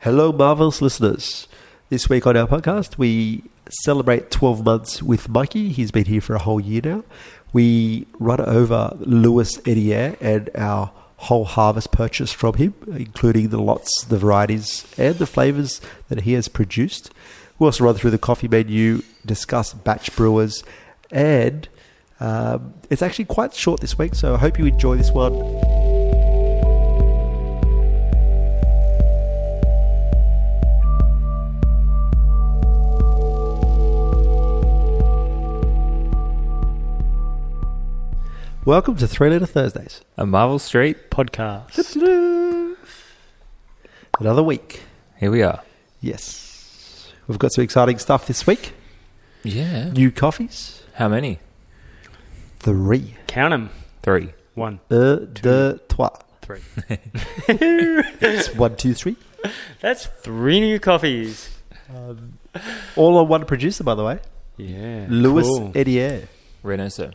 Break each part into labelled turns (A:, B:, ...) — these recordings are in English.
A: Hello, Marvelous listeners. This week on our podcast, we celebrate 12 months with Mikey. He's been here for a whole year now. We run over Louis Edier and our whole harvest purchase from him, including the lots, the varieties, and the flavors that he has produced. We also run through the coffee menu, discuss batch brewers, and um, it's actually quite short this week, so I hope you enjoy this one. Welcome to Three Letter Thursdays.
B: A Marvel Street podcast.
A: Another week.
B: Here we are.
A: Yes. We've got some exciting stuff this week.
B: Yeah.
A: New coffees.
B: How many?
A: Three.
C: Count them.
B: Three.
C: One,
A: Un, deux, trois.
C: three.
A: It's one, two, three.
C: That's three new coffees.
A: Um, all on one producer, by the way.
C: Yeah.
A: Louis
C: cool.
A: Edier.
B: Renoso.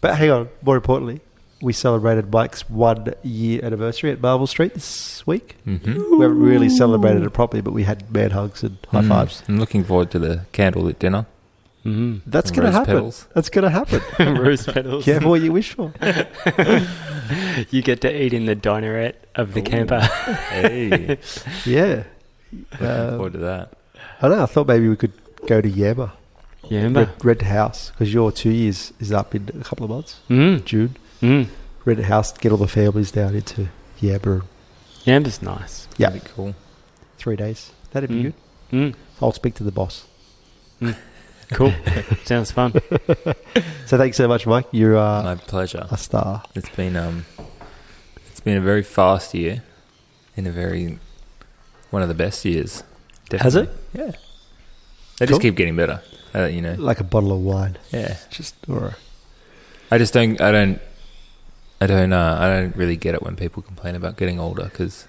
A: But hang on, more importantly, we celebrated Mike's one year anniversary at Marvel Street this week.
B: Mm-hmm.
A: We haven't really celebrated it properly, but we had man hugs and
B: Hmm.
A: high fives.
B: Mm. I'm looking forward to the candlelit dinner.
C: Mm.
A: That's
B: And
A: going to
B: rose
A: happen.
B: petals.
A: That's going to happen.
C: Rose petals.
A: Careful what you wish for.
C: You get to eat in the dinerette of the
B: Ooh.
C: camper.
B: Hey. looking
A: Yeah. Um,
B: forward to that.
A: I don't know. I thought maybe we could go to Yammer,
C: You remember?
A: rent, rent a house, because your two years is up in a couple of months,
C: Mm.
A: June.
C: Mm.
A: Rent a house, get all the families down into Yammer.
C: Yamba's nice.
A: Yeah.
B: That'd be cool.
A: Three days. That'd be
C: Mm.
A: good.
C: Mm.
A: I'll speak to the boss.
C: Cool. Sounds fun.
A: So thanks so much, Mike. You are
B: My pleasure.
A: a star.
B: It's been um, it's been a very fast year, and a very one of the best years.
A: Has it?
B: Yeah. They just
A: Cool.
B: keep getting better. Uh, you know.
A: Like a bottle of wine.
B: Yeah.
A: Just or a-
B: I just don't. I don't. I don't. Uh, I don't really get it when people complain about getting older because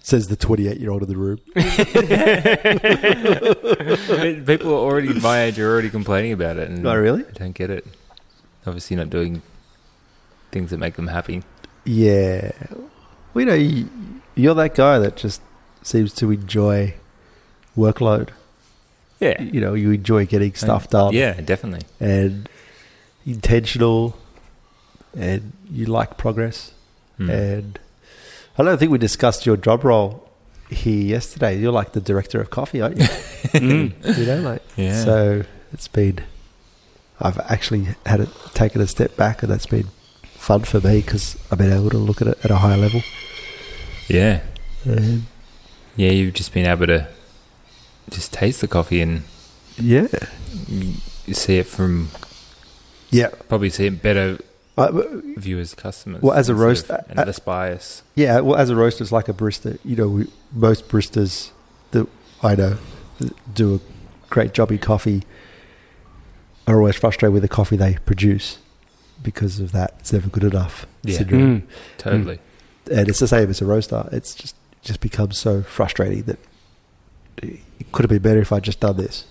A: says the twenty-eight-year-old in the room.
C: Mm,
B: people are already my age are already complaining about it, and
A: Oh, really?
B: I don't get it. Obviously, not doing things that make them happy.
A: Yeah. We know you, you're that guy that just seems to enjoy workload.
B: Yeah,
A: You know, you enjoy getting stuff done.
B: yeah, Um, definitely.
A: and intentional and you like progress
B: Mm.
A: and I don't think we discussed your job role here yesterday. You're like the director of coffee, aren't you?
C: Mm.
A: you know, like
B: yeah,
A: so it's been I've actually had it taken a step back and that's been fun for me because I've been able to look at it at a higher level.
B: yeah,
A: And
B: yeah. You've just been able to just taste the coffee and
A: yeah.
B: you you see it from
A: Yeah.
B: probably see it better
A: I,
B: viewers, customers.
A: Well, as a
B: instead
A: roast-
B: of- and
A: uh,
B: less bias.
A: Yeah, well, as a roaster, it's like a barista. You know, we, most baristas that I know that do a great job in coffee are always frustrated with the coffee they produce because of that. It's never good enough.
B: Yeah. Hmm.
A: syndrome.
C: Mm.
B: Totally.
A: And it's the same as a roaster. It's just just becomes so frustrating that it could have been better if I just done this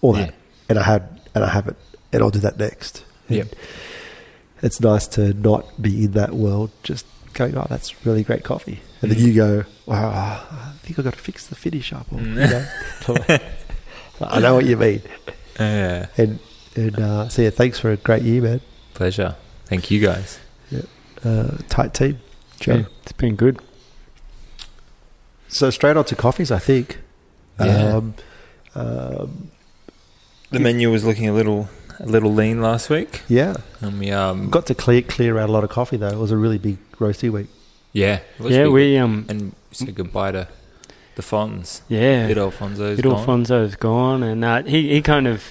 A: or that,
B: Yeah.
A: and I had and I haven't, and I'll do that next. And
B: Yep.
A: It's nice to not be in that world, just going, "Oh, that's really great coffee," and
B: Mm.
A: then you go, "Wow, I think I got to fix the finish up." Or, you know,
B: Mm.
A: I know what you mean.
B: Yeah.
A: And and uh, so yeah, thanks for a great year, man.
B: Pleasure. Thank you guys.
A: Uh, tight team, Joe.
C: Yeah, it's been good.
A: So straight on to coffees, I think.
B: Yeah.
A: Um, um,
B: The menu was looking a little a little lean last week,
A: yeah.
B: and we um
A: Got to clear clear out a lot of coffee though. It was a really big roasty week.
B: yeah it was
C: Yeah,
B: big.
C: we um
B: and said goodbye to the Fonz.
C: yeah.
B: Little Alfonso's
C: Little
B: gone.
C: Fonzo's gone, and uh, he he kind of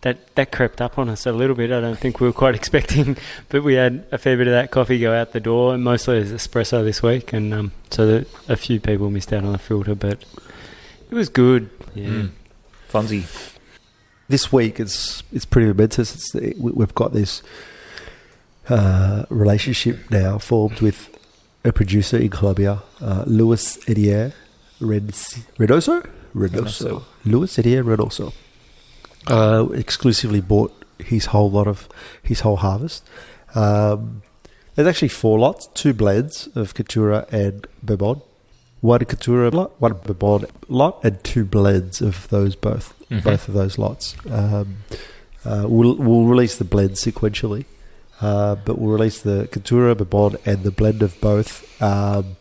C: that that crept up on us a little bit. I don't think we were quite expecting, but we had a fair bit of that coffee go out the door, and mostly as espresso this week, and um, so that a few people missed out on the filter, but it was good. Yeah,
B: Mm. Fonzie.
A: This week it's it's pretty momentous. It's it, we- we've got this uh, relationship now formed with a producer in Colombia, uh, Luis Edier Red Renoso Renoso
B: Reynoso.
A: Luis Edier Renoso. Uh, exclusively bought his whole lot of his whole harvest. Um, there's actually four lots, two blends of Keturah and Bourbon. one Katura lot, one Bourbon lot, and two blends of those both
B: Mhm.
A: both of those lots. Um, uh, we'll we'll release the blend sequentially, uh, but we'll release the Katura Bourbon and the blend of both um,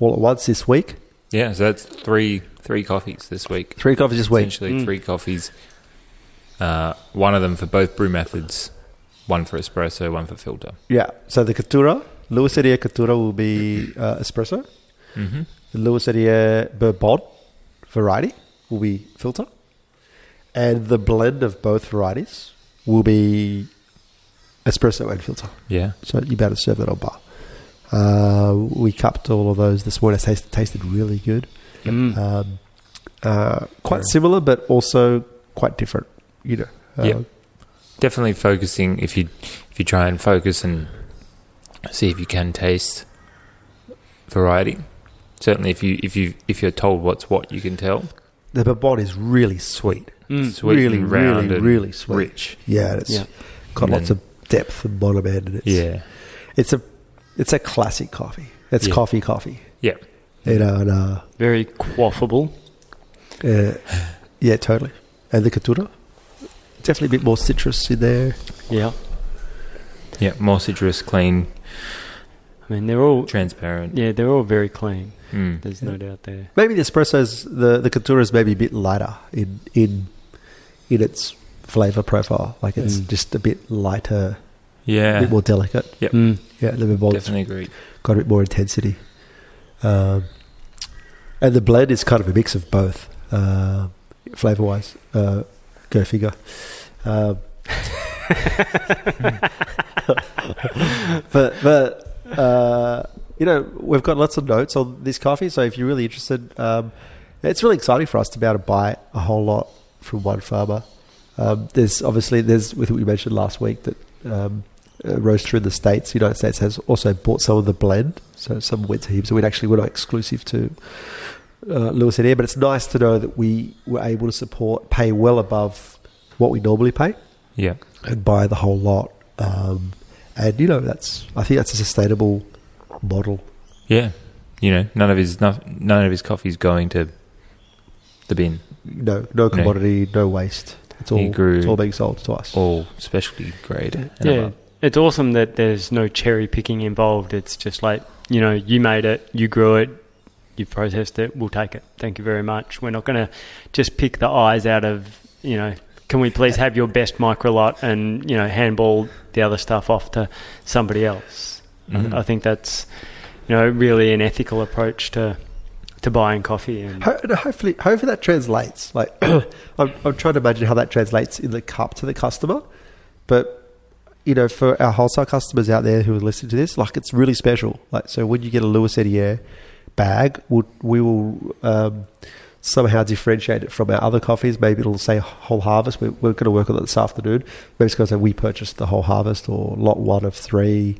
A: all at once this week.
B: Yeah, so that's three three coffees this week.
A: Three coffees this week.
B: Essentially,
C: Mm.
B: three coffees. Uh, one of them for both brew methods, one for espresso, one for filter.
A: Yeah. So the Katura, Louis Edia Katura will be uh, espresso.
B: Mm-hmm.
A: The Louis Edia Bourbon variety will be filter. And the blend of both varieties will be espresso and filter.
B: Yeah.
A: So you better serve that on bar. Uh, we cupped all of those this morning. It tasted, tasted really good.
B: Yep.
C: Mm.
A: Um, uh, quite
B: Very.
A: similar, but also quite different, you know. Uh,
B: Yep. definitely focusing if you if you try and focus and see if you can taste variety certainly if you if you if you're told what's what you can tell
A: The Bourbon is really sweet.
C: Mm.
B: sweet
A: Mm. really,
B: and round
A: really,
B: and
A: really sweet.
B: rich
A: Yeah, and it's
C: Yeah.
A: got
B: And
A: lots
B: then-
A: of depth and bottom end, and it's
B: yeah
A: it's a it's a classic coffee. It's
B: Yeah.
A: coffee, coffee.
B: Yeah.
A: you know, and uh,
C: Very quaffable.
A: uh, yeah, totally. And the Katura, definitely a bit more citrus in there.
C: Yeah.
B: yeah more citrus clean
C: I mean, they're all
B: transparent
C: yeah, they're all very clean.
B: Mm.
C: There's no doubt there.
A: Maybe the espresso's the the Katura is maybe a bit lighter in in in its flavor profile. Like it's
C: Mm.
A: just a bit lighter, a
B: yeah
A: bit more delicate.
B: Yep.
C: Mm.
A: Yeah, a little bit more
B: definitely agree
A: got a bit more intensity. Um, and the blend is kind of a mix of both, uh, flavor wise. Uh, go figure. Um, but but uh, you know we've got lots of notes on this coffee, so if you're really interested, um, it's really exciting for us to be able to buy a whole lot from one farmer. Um, there's obviously there's with what you mentioned last week that um, uh, roaster in the states, United States has also bought some of the blend, so some went to him. So we actually we're not exclusive to uh, Lewis and Air, but it's nice to know that we were able to support, pay well above what we normally pay,
B: yeah
A: and buy the whole lot. Um, and you know that's I think that's a sustainable model.
B: yeah you know none of his no- none of his coffee's going to the bin
A: No, no commodity, no, waste. It's
B: He
A: all
B: grew-
A: it's all being sold to us.
B: all specialty grade and
C: yeah,
B: above.
C: it's awesome that there's no cherry picking involved. It's just like you know, you made it, you grew it, you processed it. We'll take it. Thank you very much. We're not going to just pick the eyes out of you know. Can we please have your best microlot and you know handball the other stuff off to somebody else? I-
B: Mhm.
C: I, think that's you know really an ethical approach to to buying coffee. And
A: Ho- no, hopefully, hopefully that translates. Like, I'm, I'm trying to imagine how that translates in the cup to the customer. But you know, for our wholesale customers out there who are listening to this, like it's really special. Like, so when you get a Louis Edier bag, we'll, we will um, somehow differentiate it from our other coffees. Maybe it'll say whole harvest. We're, we're going to work on that this afternoon. Maybe it's going to say we purchased the whole harvest or lot one of three.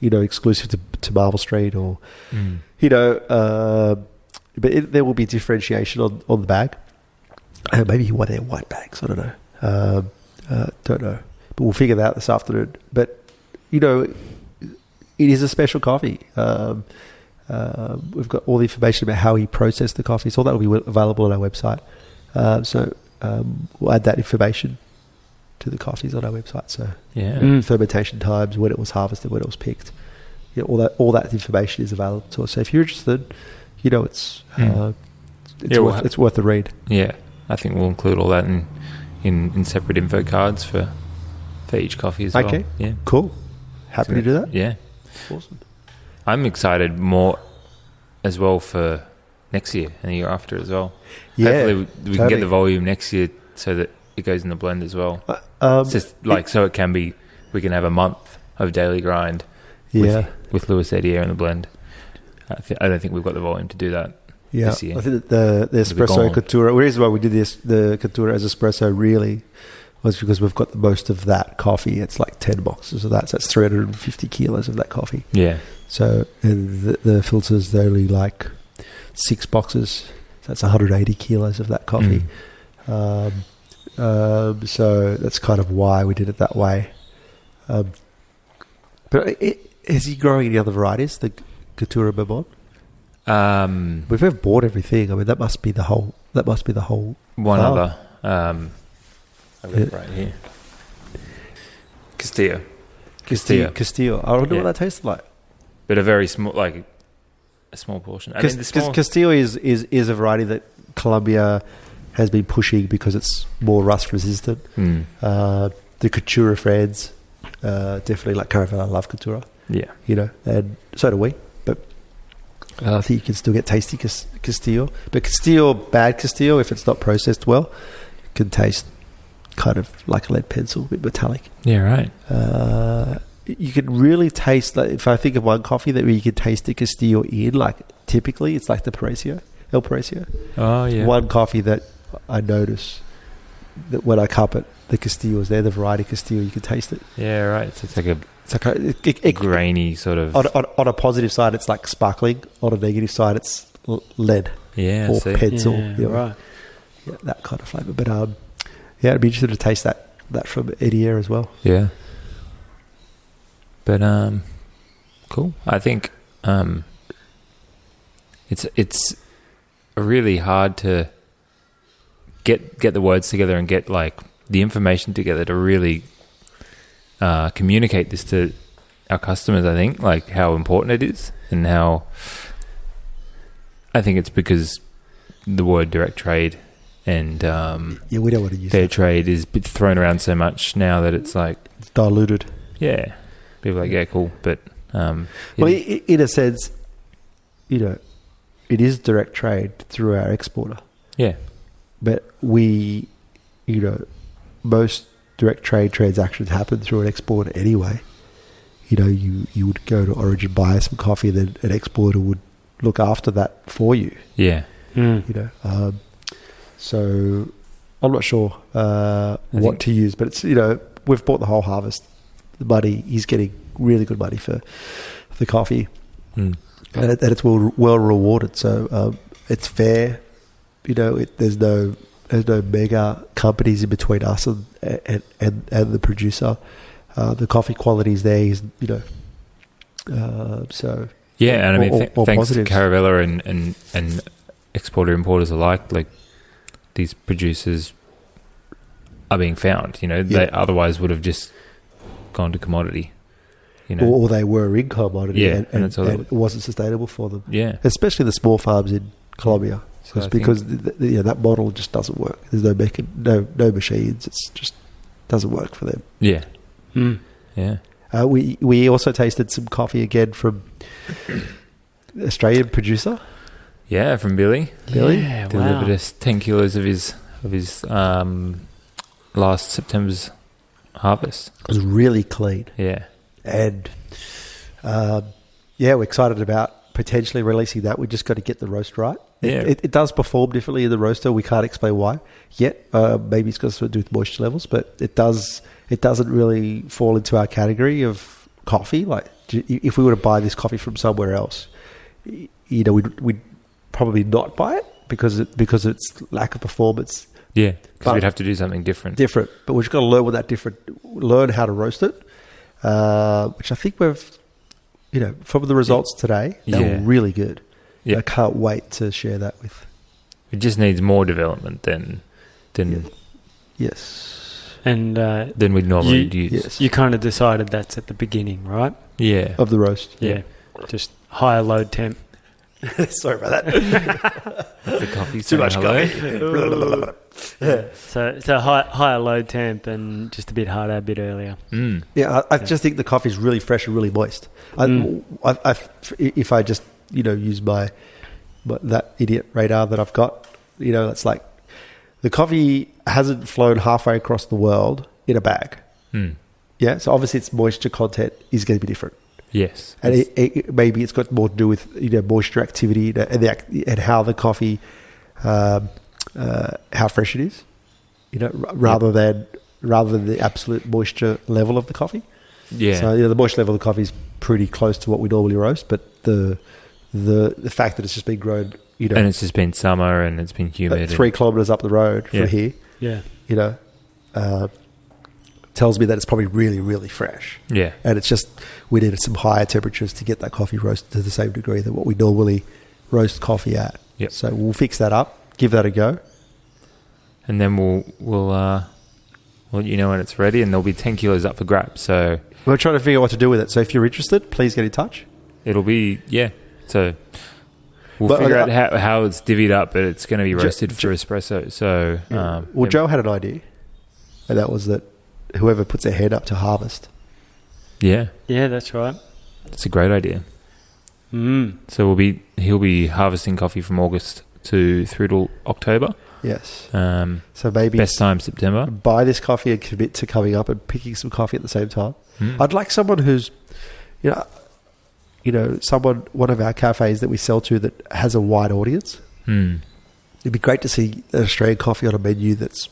A: You know, exclusive to, to Marble Street or
B: Mm.
A: you know, uh, but it, there will be differentiation on, on the bag. Uh, maybe one of their white bags. I don't know. Um, uh, don't know. But we'll figure that out this afternoon. But you know, it is a special coffee. Um, uh, we've got all the information about how he processed the coffee. So all that will be available on our website. Uh, so um, we'll add that information to the coffees on our website. So
B: yeah
C: Mm.
A: fermentation times, when it was harvested, when it was picked. You know, all that all that information is available to us. So if you're interested, you know it's uh,
B: Mm.
A: it's,
B: Yeah, we'll
A: worth,
B: ha-
A: it's worth a read.
B: Yeah, I think we'll include all that in in, in separate info cards for for each coffee as
A: Okay.
B: well. Yeah,
A: Cool. Happy to do that.
B: yeah.
A: Awesome.
B: I'm excited more as well for next year and the year after as well. Hopefully,
A: Yeah.
B: we, we can
A: totally.
B: get the volume next year so that it goes in the blend as well.
A: Uh, um,
B: it's just like so it can be. We can have a month of daily grind
A: yeah.
B: with Lewis Edier in the blend. I, th- I don't think we've got the volume to do that.
A: Yeah. I
B: this year.
A: think that the the
B: It'll be
A: espresso
B: gone.
A: Katura. The reason why we did this the Katura as espresso really was because we've got the most of that coffee. It's like ten boxes of that. So that's three hundred and fifty kilos of that coffee.
B: Yeah,
A: So and the, the filters they're only like six boxes. So that's 180 kilos of that coffee.
B: Mm.
A: Um, um, so that's kind of why we did it that way. Um, but i- i- is he growing any other varieties? The Katura Bourbon.
B: Um,
A: We've ever bought everything. I mean, that must be the whole. That must be the whole.
B: one
A: Oh.
B: other. Um, I've got
A: Uh,
B: it right here. Castillo.
A: Castillo.
B: Castillo.
A: Castillo. I wonder
B: Yeah.
A: what that tasted like.
B: But a very small, like a small portion. I mean, the
A: Cas-
B: small,
A: Cas- Castillo is, is is a variety that Colombia has been pushing because it's more rust resistant.
B: Mm,
A: Uh, the Coutura friends, uh, definitely like Caravana love Coutura,
B: yeah.
A: you know, and so do we. But uh, I
B: Oh,
A: think you can still get tasty Cas- Castillo. But Castillo, bad Castillo, if it's not processed well, can taste kind of like a lead pencil, a bit metallic.
B: Yeah, right.
A: Uh, you can really taste like if I think of one coffee that you can taste the Castillo in, like typically it's like the Parisio, El Parisio.
B: Oh, yeah.
A: One coffee that I notice that when I cup it, the Castillo is there, the variety Castillo, you can taste it.
B: Yeah, right. So it's like a
A: It's like a, it, it, it-
B: grainy sort of.
A: on, on, on a positive side, it's like sparkling. On a negative side, it's l- lead
B: yeah,
A: or
B: see.
A: pencil,
C: yeah,
A: you know,
C: right.
A: yeah, that kind of flavor. But um, yeah, it'd be interesting to taste that that from Edier as well.
B: Yeah. But um, cool. I think um, it's it's really hard to get get the words together and get like the information together to really uh, communicate this to our customers. I think like how important it is and how I think it's because the word direct trade and um,
A: Yeah, we don't want to use
B: fair
A: it.
B: trade is bit thrown around so much now that it's like
A: It's diluted.
B: yeah. People are like, yeah, cool. But um,
A: Well,
B: yeah,
A: i- in a sense, you know, it is direct trade through our exporter.
B: Yeah.
A: But we, you know, most direct trade transactions happen through an exporter anyway. You know, you, you would go to Origin, buy some coffee, then an exporter would look after that for you,
B: yeah.
C: Mm.
A: you know. Um, so I'm not sure uh,
B: I
A: what
B: think-
A: to use, but it's, you know, we've bought the whole harvest. The money, he's getting really good money for the coffee
B: Mm.
A: and, it, and it's well well rewarded. So um, it's fair, you know. It, there's no there's no mega companies in between us and and and, and the producer. Uh, the coffee quality is there. Is you know. Uh, so
B: yeah. And I mean,
A: Or-
B: th-
A: or- or
B: thanks
A: positives.
B: to Caravella and, and, and exporter importers alike, like these producers are being found, you know,
A: Yeah.
B: they otherwise would have just gone to commodity, you know.
A: or, or they were in commodity,
B: Yeah,
A: and,
B: and
A: and,
B: that's all that
A: and it wasn't sustainable for them,
B: yeah.
A: especially the small farms in Colombia.
B: So
A: It's
B: I think-
A: because the, the, you know, that model just doesn't work. There's no mechan- no no machines. It's just doesn't work for them.
B: yeah.
C: Mm.
B: Yeah.
A: Uh, we we also tasted some coffee again from Australian producer
B: Yeah. From Billy.
A: Billy?
C: Yeah,
B: delivered
C: wow.
B: us 10 kilos of his of his um, last September's harvest.
A: It was really clean,
B: Yeah.
A: and um, yeah, we're excited about potentially releasing that. We just got to get the roast right. It,
B: Yeah.
A: it, it does perform differently in the roaster. We can't explain why yet. Uh, maybe it's got something to do with moisture levels, but it does. It doesn't really fall into our category of coffee. Like do- if we were to buy this coffee from somewhere else, y- you know, we'd, we'd probably not buy it because it, because of its lack of performance
B: Yeah. Because
A: But-
B: we'd have to do something different.
A: different, but we've got to learn what that different, learn how to roast it, uh, which I think we've, you know, from the results today, they
B: Yeah.
A: were really good.
B: Yeah.
A: I can't wait to share that with.
B: It just needs more development than than
A: Yeah. Yes,
C: And uh,
B: than we'd normally
C: You-
B: use.
A: yes, Oh.
C: you kind of decided that's at the beginning, right?
B: Yeah.
A: of the roast.
B: Yeah.
C: Just higher load temp.
A: Sorry about that.
B: The coffee's
A: Too
B: saying
A: much
B: hello.
A: coffee.
C: So it's a high, higher load temp and just a bit harder, a bit earlier.
B: Mm.
A: yeah, I, I just think the coffee is really fresh and really moist. I,
C: Mm.
A: I, I, if I just you know use my, my that idiot radar that I've got, you know, that's like the coffee hasn't flown halfway across the world in a bag.
B: Mm.
A: Yeah, so obviously its moisture content is going to be different,
B: Yes.
A: and it, it, maybe it's got more to do with you know moisture activity and, and, the, ac- and how the coffee, um, uh, how fresh it is, you know, r- rather than rather than the absolute moisture level of the coffee.
B: yeah.
A: So you know, the moisture level of the coffee is pretty close to what we normally roast, but the the the fact that it's just been grown, you know,
B: and it's just been summer and it's been
A: uh,
B: humid. and-
A: three kilometers up the road from
B: Yeah.
A: here,
C: Yeah.
A: you know, uh, tells me that it's probably really really fresh.
B: yeah.
A: and it's just we needed some higher temperatures to get that coffee roasted to the same degree that what we normally roast coffee at.
B: Yep.
A: So we'll fix that up. Give that a go.
B: and then we'll we'll uh, we'll let you know when it's ready, and there'll be ten kilos up for grabs. So
A: We're trying to figure out what to do with it. So if you're interested, please get in touch.
B: it'll be yeah. So we'll
A: But,
B: figure
A: uh,
B: out how, how it's divvied up, but it's going to be
A: Jo-
B: roasted
A: Jo-
B: for espresso. So um,
A: well,
B: yeah,
A: Joe had an idea, and that was that whoever puts their hand up to harvest.
B: yeah,
C: Yeah, that's right.
B: it's a great idea.
C: Mm.
B: So we'll be he'll be harvesting coffee from August to through to October.
A: Yes.
B: Um,
A: So maybe
B: best time September.
A: buy this coffee and commit to coming up and picking some coffee at the same time.
B: Hmm.
A: I'd like someone who's, you know, you know, someone one of our cafes that we sell to that has a wide audience.
B: Hmm.
A: It'd be great to see an Australian coffee on a menu that's,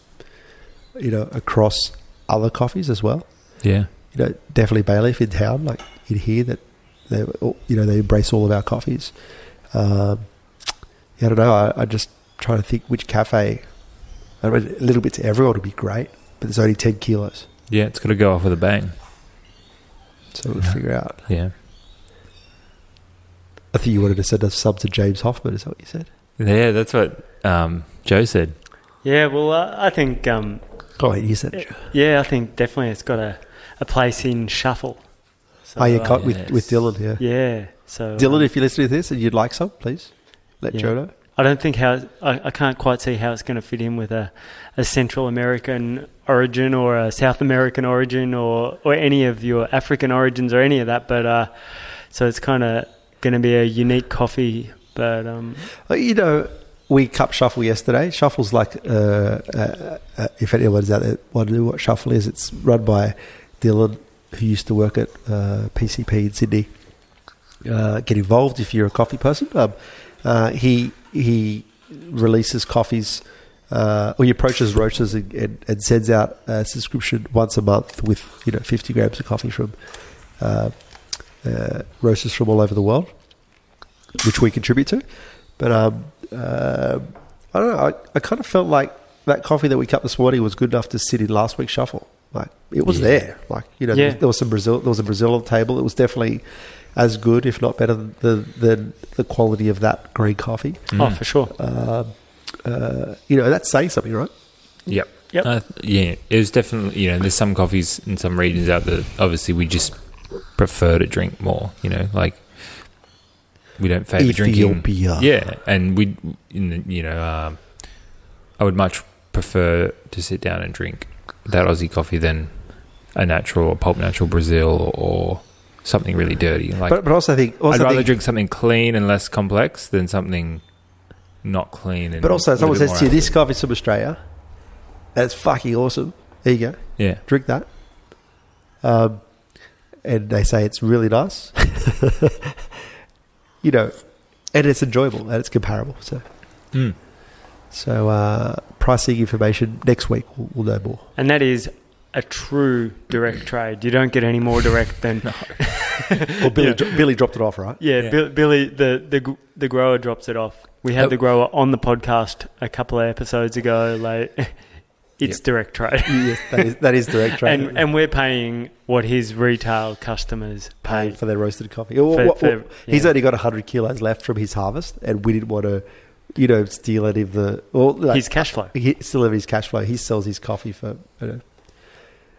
A: you know, across other coffees as well.
B: Yeah.
A: You know, definitely Bayleaf in town, like in here, that they, you know, they embrace all of our coffees. Um, yeah, I don't know. I, I just trying to think which cafe. I mean, a little bit to everyone would be great, but there's only ten kilos,
B: Yeah, it's got to go off with a bang.
A: so we'll
B: Yeah.
A: figure out.
B: Yeah.
A: I think you wanted to send us some to James Hoffman. Is that what you said?
B: Yeah, that's what um, Joe said.
C: Yeah, well, I, I think um,
A: Oh, wait, you said it.
C: Yeah. yeah, I think definitely it's got a, a place in shuffle. So,
A: Oh, yeah,
C: uh,
A: got with,
B: yes.
A: with Dylan here.
C: yeah. So
A: Dylan,
C: um,
A: if you're listening to this and you'd like some, please let
C: Yeah.
A: Joe know.
C: I don't think how I, I can't quite see how it's going to fit in with a, a Central American origin or a South American origin or or any of your African origins or any of that. But uh, so it's kind of going to be a unique coffee. But um,
A: Uh, You know, we cup shuffle yesterday. Shuffle's like, uh, uh, uh, if anyone's out there wondering what shuffle is, it's run by Dylan, who used to work at uh, PCP in Sydney. Uh, get involved if you're a coffee person. Um, uh, he he releases coffees. Uh, or he approaches roasters and, and, and sends out a subscription once a month with you know 50 grams of coffee from uh, uh, roasters from all over the world, which we contribute to. But um, uh, I don't know. I, I kind of felt like that coffee that we cupped this morning was good enough to sit in last week's shuffle. Like it was
B: Yeah.
A: there. Like you know,
C: Yeah.
A: there was some Brazil. There was a Brazil on the table. It was definitely as good, if not better, than the, than the quality of that green coffee.
C: oh,
B: Mm.
C: for sure.
A: Um uh, you know, that's saying something, right?
B: Yep.
C: Yep.
B: Uh, yeah, it was definitely, you know, there's some coffees in some regions out there, obviously, we just prefer to drink more, you know, like we don't favor drinking.
A: Ethiopia.
B: Yeah. And we, in the, you know, um, I would much prefer to sit down and drink that Aussie coffee than a natural, a pulp natural Brazil or something really dirty. Like,
A: but, but also I think also
B: I'd rather
A: think,
B: drink something clean and less complex than something not clean. And
A: But also,
B: a
A: someone
B: little bit
A: says to you,
B: more
A: "This coffee's from Australia. That's fucking awesome. There you go.
B: acid." yeah,
A: drink that. Um, and they say it's really nice. you know, and it's enjoyable and it's comparable. So, Hmm.
B: Mm.
A: so uh, pricing information next week. We'll, we'll know more.
C: And that is a true direct trade. You don't get any more direct than
A: Well, Billy, dro- Billy dropped it off, right?
C: Yeah,
B: Yeah.
C: Bill, Billy, the, the gr- the grower drops it off. We had
B: Oh.
C: the grower on the podcast a couple of episodes ago. Like, it's
B: Yep.
C: direct trade,
A: yes, that is, that is direct trade.
C: and and we're paying what his retail customers
A: paying
C: pay.
A: for their roasted coffee. Or
C: For-
A: what-
C: for-
A: what- He's
C: yeah.
A: only got hundred kilos left from his harvest, and we didn't want to, you know, steal any of the. Well, like,
C: his cash flow.
A: he still have his cash flow. He sells his coffee for. You know,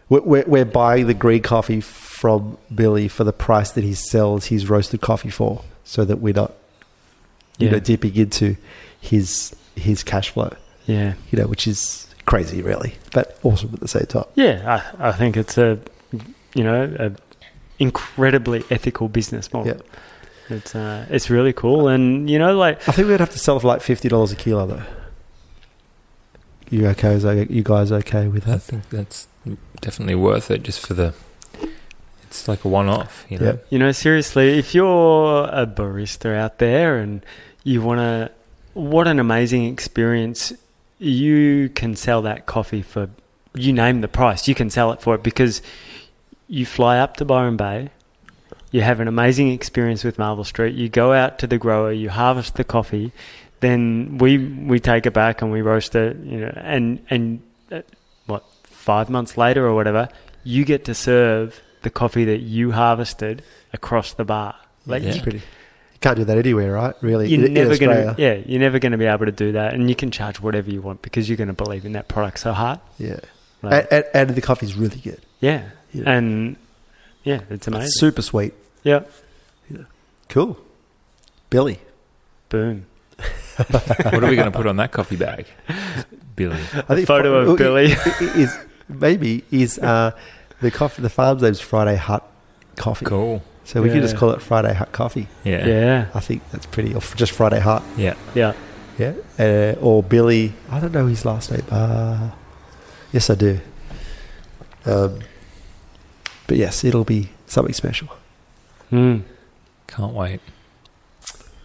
A: we're, we're, we're buying the green coffee from Billy for the price that he sells his roasted coffee for, so that we're not, you
C: Yeah.
A: know, dipping into his his cash flow.
C: yeah,
A: You know, which is crazy, really, but awesome at the same time.
C: yeah. I, I think it's a you know a incredibly ethical business model. It's uh, it's really cool, and you know, like
A: I think we'd have to sell it for like fifty dollars a kilo, though. You okay? Is that- you guys okay with
B: I
A: that?
B: think that's definitely worth it just for the. It's like a one-off, you know.
A: Yep.
C: You know, seriously, if you're a barista out there and you want to, what an amazing experience. You can sell that coffee for, you name the price, you can sell it for it because you fly up to Byron Bay, you have an amazing experience with Marvel Street, you go out to the grower, you harvest the coffee, then we we take it back and we roast it, you know, and and uh, what five months later or whatever, you get to serve the coffee that you harvested across the bar. Like
B: Yeah.
C: you,
A: pretty. Can't do that anywhere, right? Really,
C: you're
A: in- in
C: never
A: Australia.
C: gonna yeah you're never gonna be able to do that and you can charge whatever you want because you're gonna believe in that product so hard
A: yeah.
C: Like,
A: and, and, and the coffee's really good.
C: yeah
A: Yeah.
C: and yeah it's amazing
A: It's super sweet.
C: yeah
A: Cool. Billy.
C: boom
B: what are we going to put on that coffee bag, Billy?
A: I
C: photo of
A: oh,
C: Billy.
A: i- i- is maybe is uh, the coffee. The farm's name's Friday Hut Coffee.
B: Cool.
A: So we could just
C: Yeah.
A: call it Friday Hut Coffee.
B: Yeah.
C: yeah
A: I think that's pretty. Or f- just Friday Hut.
B: Yeah.
C: yeah
A: Yeah. Uh, or Billy. I don't know his last name. Uh, yes, I do. Um, but yes, it'll be something special.
C: Hmm.
B: Can't wait.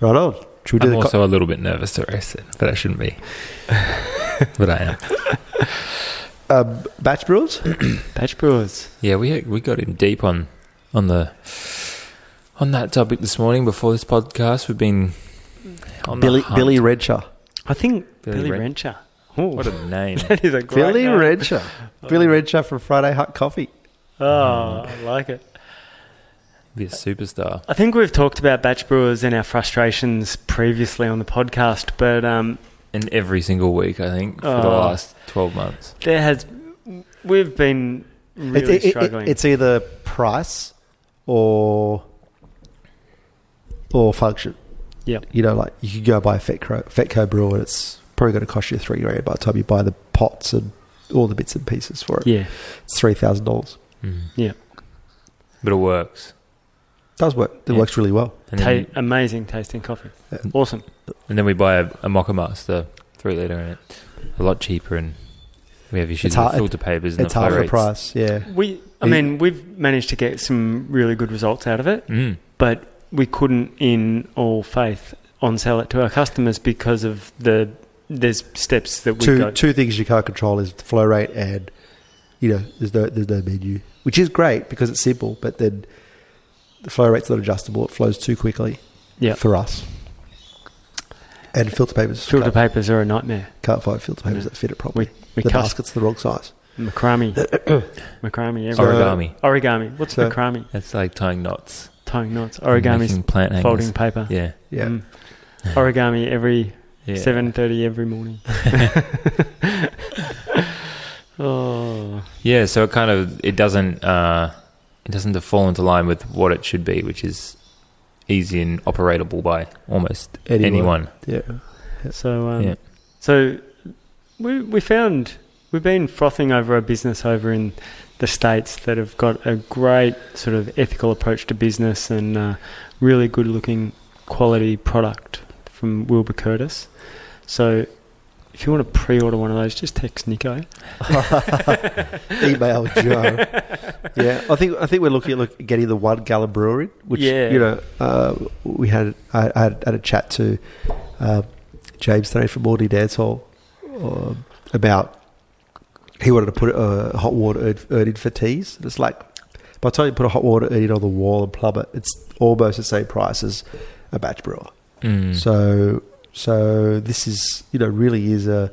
A: Right on. Should we do
B: I'm
A: the co-
B: also a little bit nervous to race it, but I shouldn't be. but I am.
A: um, batch brewers?
C: batch brewers
B: Yeah, we we got in deep on on the on that topic this morning before this podcast. We've been on the
A: Billy
B: hunt.
A: Billy Rencher.
C: I think
B: Billy
C: Mm. Billy,
B: Ren-
C: Rencher Ooh,
B: What a name!
C: that is a great
A: Billy
C: name.
A: Rencher. Billy Rencher from Friday Hut Coffee.
C: oh I like it
B: be a superstar.
C: I think we've talked about batch brewers and our frustrations previously on the podcast, but um,
B: And every single week, I think, for the
C: Oh.
B: last twelve months.
C: there has we've been
A: It-
C: really
A: it- it-
C: struggling.
A: it's either price or or function.
C: Yeah.
A: You know, like you could go buy a Fetco, Fetco brew and it's probably going to cost you three grand by the time you buy the pots and all the bits and pieces for it.
C: yeah,
A: It's three thousand dollars.
B: Mm.
C: Yeah.
B: but it works.
A: Does work. It
B: Yeah.
A: works really well.
B: And
C: ta-
B: then,
C: amazing tasting coffee,
A: Mm. Yeah.
C: awesome.
B: and then we buy a, a Mocha Master three liter, and it's a lot cheaper. And we have issues
A: It's hard-
B: with filter papers. And
A: It's half
B: flow
A: the
B: rates.
A: price. Yeah.
C: We, I
A: It-
C: mean, we've managed to get some really good results out of it,
B: Mm.
C: but we couldn't, in all faith, on sell it to our customers because of the there's steps that we
A: Two
C: go.
A: two things you can't control is the flow rate and you know there's no there's no menu, which is great because it's simple. But then the flow rate's not adjustable; it flows too quickly.
C: Yeah.
A: for us. And filter papers.
C: Filter
A: can't,
C: papers are a nightmare.
A: can't find filter papers
C: No.
A: that fit it properly.
C: We
A: the
C: cast
A: basket's the wrong size.
C: macrame, macrame,
A: So-
C: everywhere.
B: Origami.
C: origami. What's
A: So-
C: macrame?
B: That's like tying knots.
C: Tying knots, origami,
B: Making plant hangers.
C: folding paper.
B: Yeah.
A: Yeah,
C: Mm. origami every
B: yeah.
C: seven thirty every morning. oh,
B: Yeah, so it kind of it doesn't uh, it doesn't fall into line with what it should be, which is easy and operatable by almost anyone.
A: Yeah,
C: so um,
B: Yeah.
C: so we we found we've been frothing over a business over in the states that have got a great sort of ethical approach to business and uh, really good looking quality product from Wilbur Curtis. So. If you want to pre-order one of those, just text Nico.
A: email Joe. Yeah, I think I think we're looking at look, getting the one gallon brewer in, which
C: Yeah.
A: you know uh, we had I, I had, had a chat to uh, James today from Morning Dance Hall um, about he wanted to put a hot water urn, urn in for teas. And it's like by the time you put a hot water urn in on the wall and plumb it, it's almost the same price as a batch brewer.
B: Mm.
A: So so this is you know really is a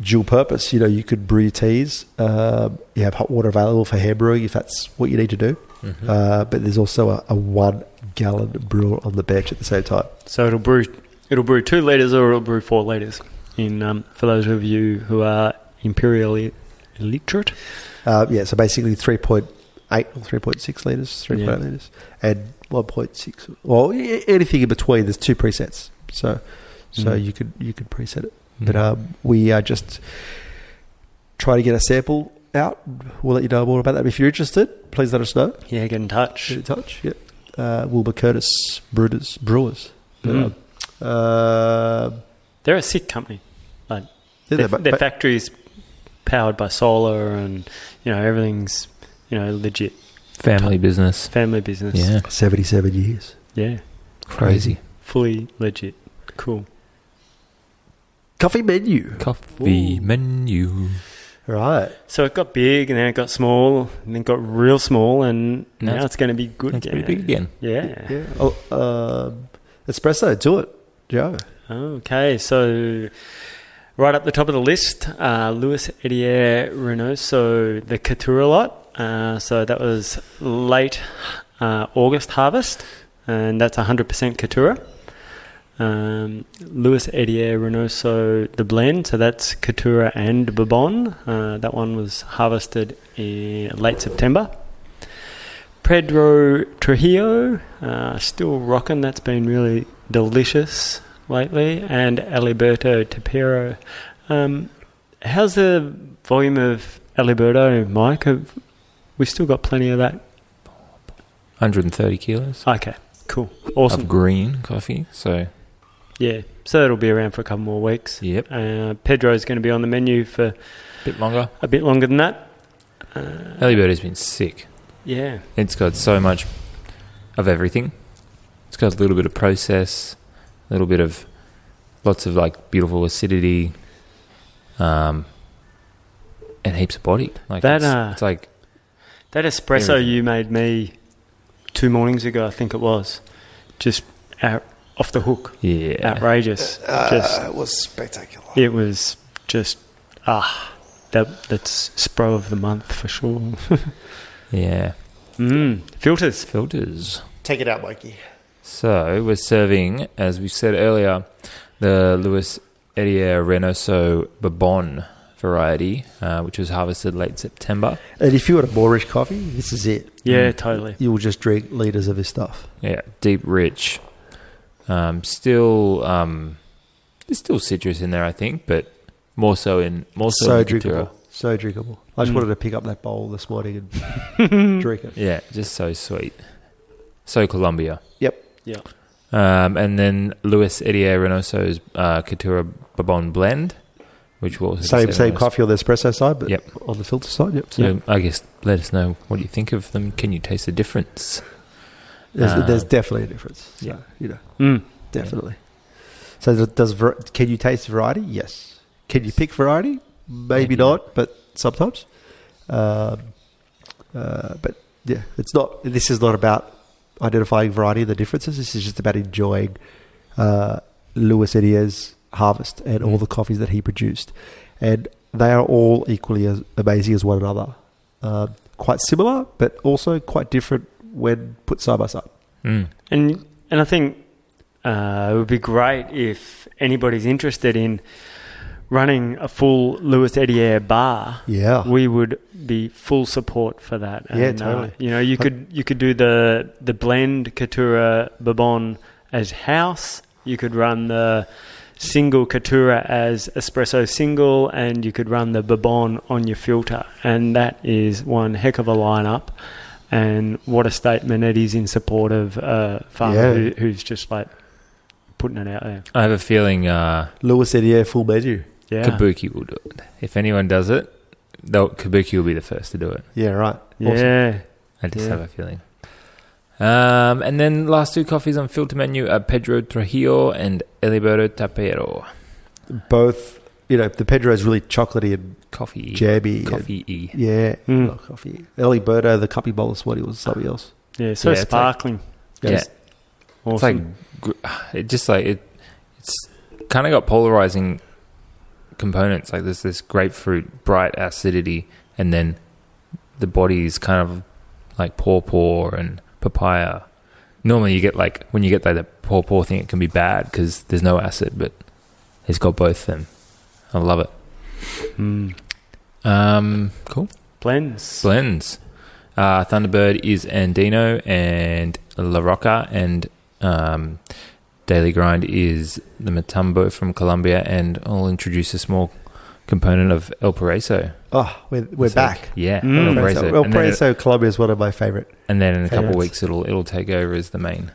A: dual purpose. You know you could brew your teas. Um, you have hot water available for hair brewing if that's what you need to do.
B: Mhm.
A: Uh, but there's also a, a one gallon brewer on the bench at the same time.
C: So it'll brew it'll brew two liters or it'll brew four liters. In um, for those of you who are imperially illiterate,
A: Uh, yeah, so basically three point eight or three point six liters, three point eight
C: Yeah.
A: liters, and one point six. Well, a- anything in between. There's two presets, so so
C: Mm.
A: you could you could preset it. But um, we are just trying to get a sample out. We'll let you know more about that. If you're interested, please let us know.
C: yeah, get in touch.
A: Get in touch. Yep. Uh, Wilbur Curtis Brewers. Brewers. But,
C: Mm.
A: um, uh,
C: They're a sick company.
A: yeah,
C: their,
A: but-
C: their
A: but-
C: factory's powered by solar, and you know everything's you know legit
B: Family business.
C: family business.
B: Yeah.
A: 77 years.
C: yeah,
B: Crazy.
C: fully legit. Cool.
A: Coffee menu.
B: Coffee
A: Ooh.
B: menu.
A: Right.
C: So it got big, and then it got small, and then it got real small, and
B: Now
C: now,
B: it's-
C: it's going to be good.
B: That's pretty
C: again.
B: big again.
C: Yeah.
A: Yeah. Oh, um, espresso. Do it, Joe.
C: Okay, so right up the top of the list, uh, Louis Edier Renault, so the Katura lot. Uh, so that was late uh, August harvest. and that's 100% Keturah. Um, Louis Edier Renoso, the blend, so that's Keturah and Bourbon. Uh, that one was harvested in late September. Pedro Trujillo, uh, still rocking. That's been really delicious lately. And Aliberto Tapiro. Um, how's the volume of Aliberto, Mike? Have we still got plenty of that?
B: 130 kilos
C: Okay, cool. Awesome.
B: of green coffee. So,
C: Yeah, so it'll be around for a couple more weeks.
B: yep,
C: Uh, Pedro's going to be on the menu for
B: bit longer.
C: a bit longer than that. Uh,
B: Alibert has been sick.
C: yeah,
B: It's got so much of everything. It's got a little bit of process, a little bit of lots of like beautiful acidity, um, and heaps of body. Like
C: That,
B: it's,
C: uh,
B: it's like
C: that espresso
B: Everything.
C: you made me two mornings ago, I think it was, just out, off the hook,
B: yeah,
C: outrageous. just
A: Uh, it was spectacular.
C: it was just ah, that that's spro of the month for sure.
B: yeah.
C: Mm, filters.
B: Filters.
A: Take it out, Mikey.
B: So we're serving, as we said earlier, the Louis Edier Renoso Bourbon variety, uh, which was harvested late September.
A: And if you want a Moorish coffee, this is it.
C: Yeah,
B: Mm.
C: totally.
A: You will just drink liters of this stuff.
B: Yeah, deep, rich. Um, still, um, there's still citrus in there, I think, but more so in more so,
A: so
B: in Keturah.
A: drinkable. So drinkable. I just
C: Mm.
A: wanted to pick up that bowl this morning and drink it.
B: Yeah, just so sweet. So Colombia.
A: Yep.
C: Yeah.
B: Um, and then Luis Edier Reynoso's uh, Keturah Bourbon blend, which will also
A: Same,
B: be
A: same
B: served on
A: coffee on the espresso side, but
B: Yep.
A: on the filter side, yep.
B: us. So I guess let us know what you think of them. Can you taste the difference?
A: There's,
B: Uh,
A: there's definitely a difference. So,
B: yeah.
A: You know,
C: Mm.
A: definitely. So th- does var- can you taste variety? Yes. Can you pick variety? Maybe
B: Maybe.
A: not, but sometimes. Um, uh, but yeah, it's not. This is not about identifying variety and the differences. This is just about enjoying uh, Louis Edier's harvest and all
B: Mm.
A: the coffees that he produced, and they are all equally as amazing as one another. Um quite similar, but also quite different when put side by side.
B: Mm.
C: And and I think uh, it would be great if anybody's interested in running a full Louis Edier bar.
A: Yeah.
C: We would be full support for that.
A: Yeah,
C: uh,
A: totally.
C: you know, you could you could do the the blend Keturah Bourbon as house. You could run the single Keturah as espresso single, and you could run the Bourbon on your filter. And that is one heck of a lineup. And what a statement it is in support of a farmer
A: Yeah.
C: who, who's just like putting it out there.
B: I have a feeling uh,
A: Louis Edier full menu.
C: Yeah.
B: Kabuki will do it. If anyone does it, they'll- Kabuki will be the first to do it.
A: Yeah, right.
C: Yeah.
B: I just
A: Yeah.
B: have a feeling. Um, and then last two coffees on filter menu are Pedro Trujillo and Eliberto Tapero.
A: Awesome. Both, you know, the Pedro is really chocolatey and
B: Coffee.
A: jammy.
B: Coffee E.
A: And, yeah.
C: Mm.
A: Love coffee. Early Birdo, the cuppy bowl of sweaty was something else.
C: Yeah. So
B: Yeah, it's like-
C: sparkling.
B: Yeah.
C: Just
B: It's
C: Awesome.
B: like, gr- it just like, it, it's kind of got polarizing components. Like there's this grapefruit, bright acidity, and then the body is kind of like pawpaw and papaya. Normally you get like, when you get like the pawpaw thing, it can be bad because there's no acid, but it's got both them. I love it.
C: Mm.
B: Um, cool.
C: Blends.
B: Blends. Uh, Thunderbird is Andino and La Roca, and um, Daily Grind is the Matumbo from Colombia, and I'll introduce a small component of El Paraiso.
A: Oh, we're, we're
B: It's like-
A: back.
B: yeah,
C: Mm.
B: El
A: Well,
B: Paraiso.
A: El
B: and, then it-
A: Preso Colombia is one of my favorite
B: and then in a couple of
A: Favorites.
B: weeks, it'll it'll take over as the main,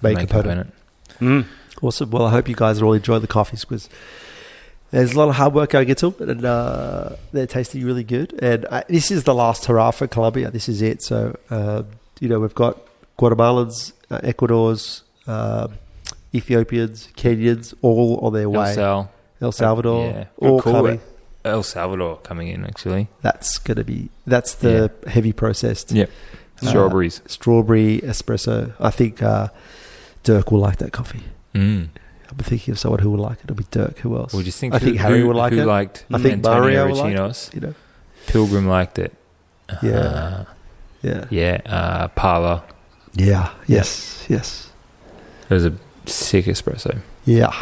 B: the
A: main component.
C: Mm.
A: Awesome. Well, I hope you guys all enjoy the coffees because there's a lot of hard work going into them and uh, they're tasting really good. And I, this is the last hurrah for Colombia. This is it. So, uh, you know, we've got Guatemalans, uh, Ecuador's, uh, Ethiopians, Kenyans, all on their
B: El
A: way.
B: Sal-
A: El Salvador,
B: Yeah.
A: all
B: Cool.
A: coming.
B: El Salvador coming in actually.
A: That's going to be that's the heavy processed
B: Yeah.
A: Uh,
B: Strawberries.
A: strawberry espresso. I think uh, Dirk will like that coffee.
B: Mm.
A: I'm thinking of someone who will like it. It'll be Dirk. Who else?
B: We just think
A: I
B: who-
A: think Harry
B: who-
A: would like
B: who
A: it.
B: liked
A: I think
B: Antonio
A: Mario will like it.
B: Ruchinos.
A: you know,
B: Pilgrim liked it.
A: Yeah.
B: Uh,
A: yeah,
B: Yeah, uh, Parlor.
A: yeah, yes, yes.
B: It was a sick espresso.
A: Yeah.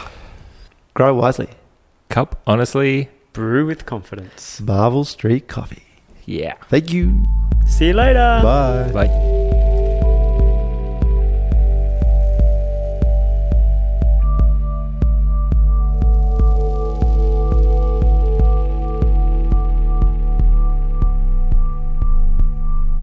A: Grow wisely.
B: Cup, honestly,
C: Brew with confidence.
A: Marvel Street Coffee.
B: yeah.
A: Thank you.
C: See you later.
A: Bye.
B: Like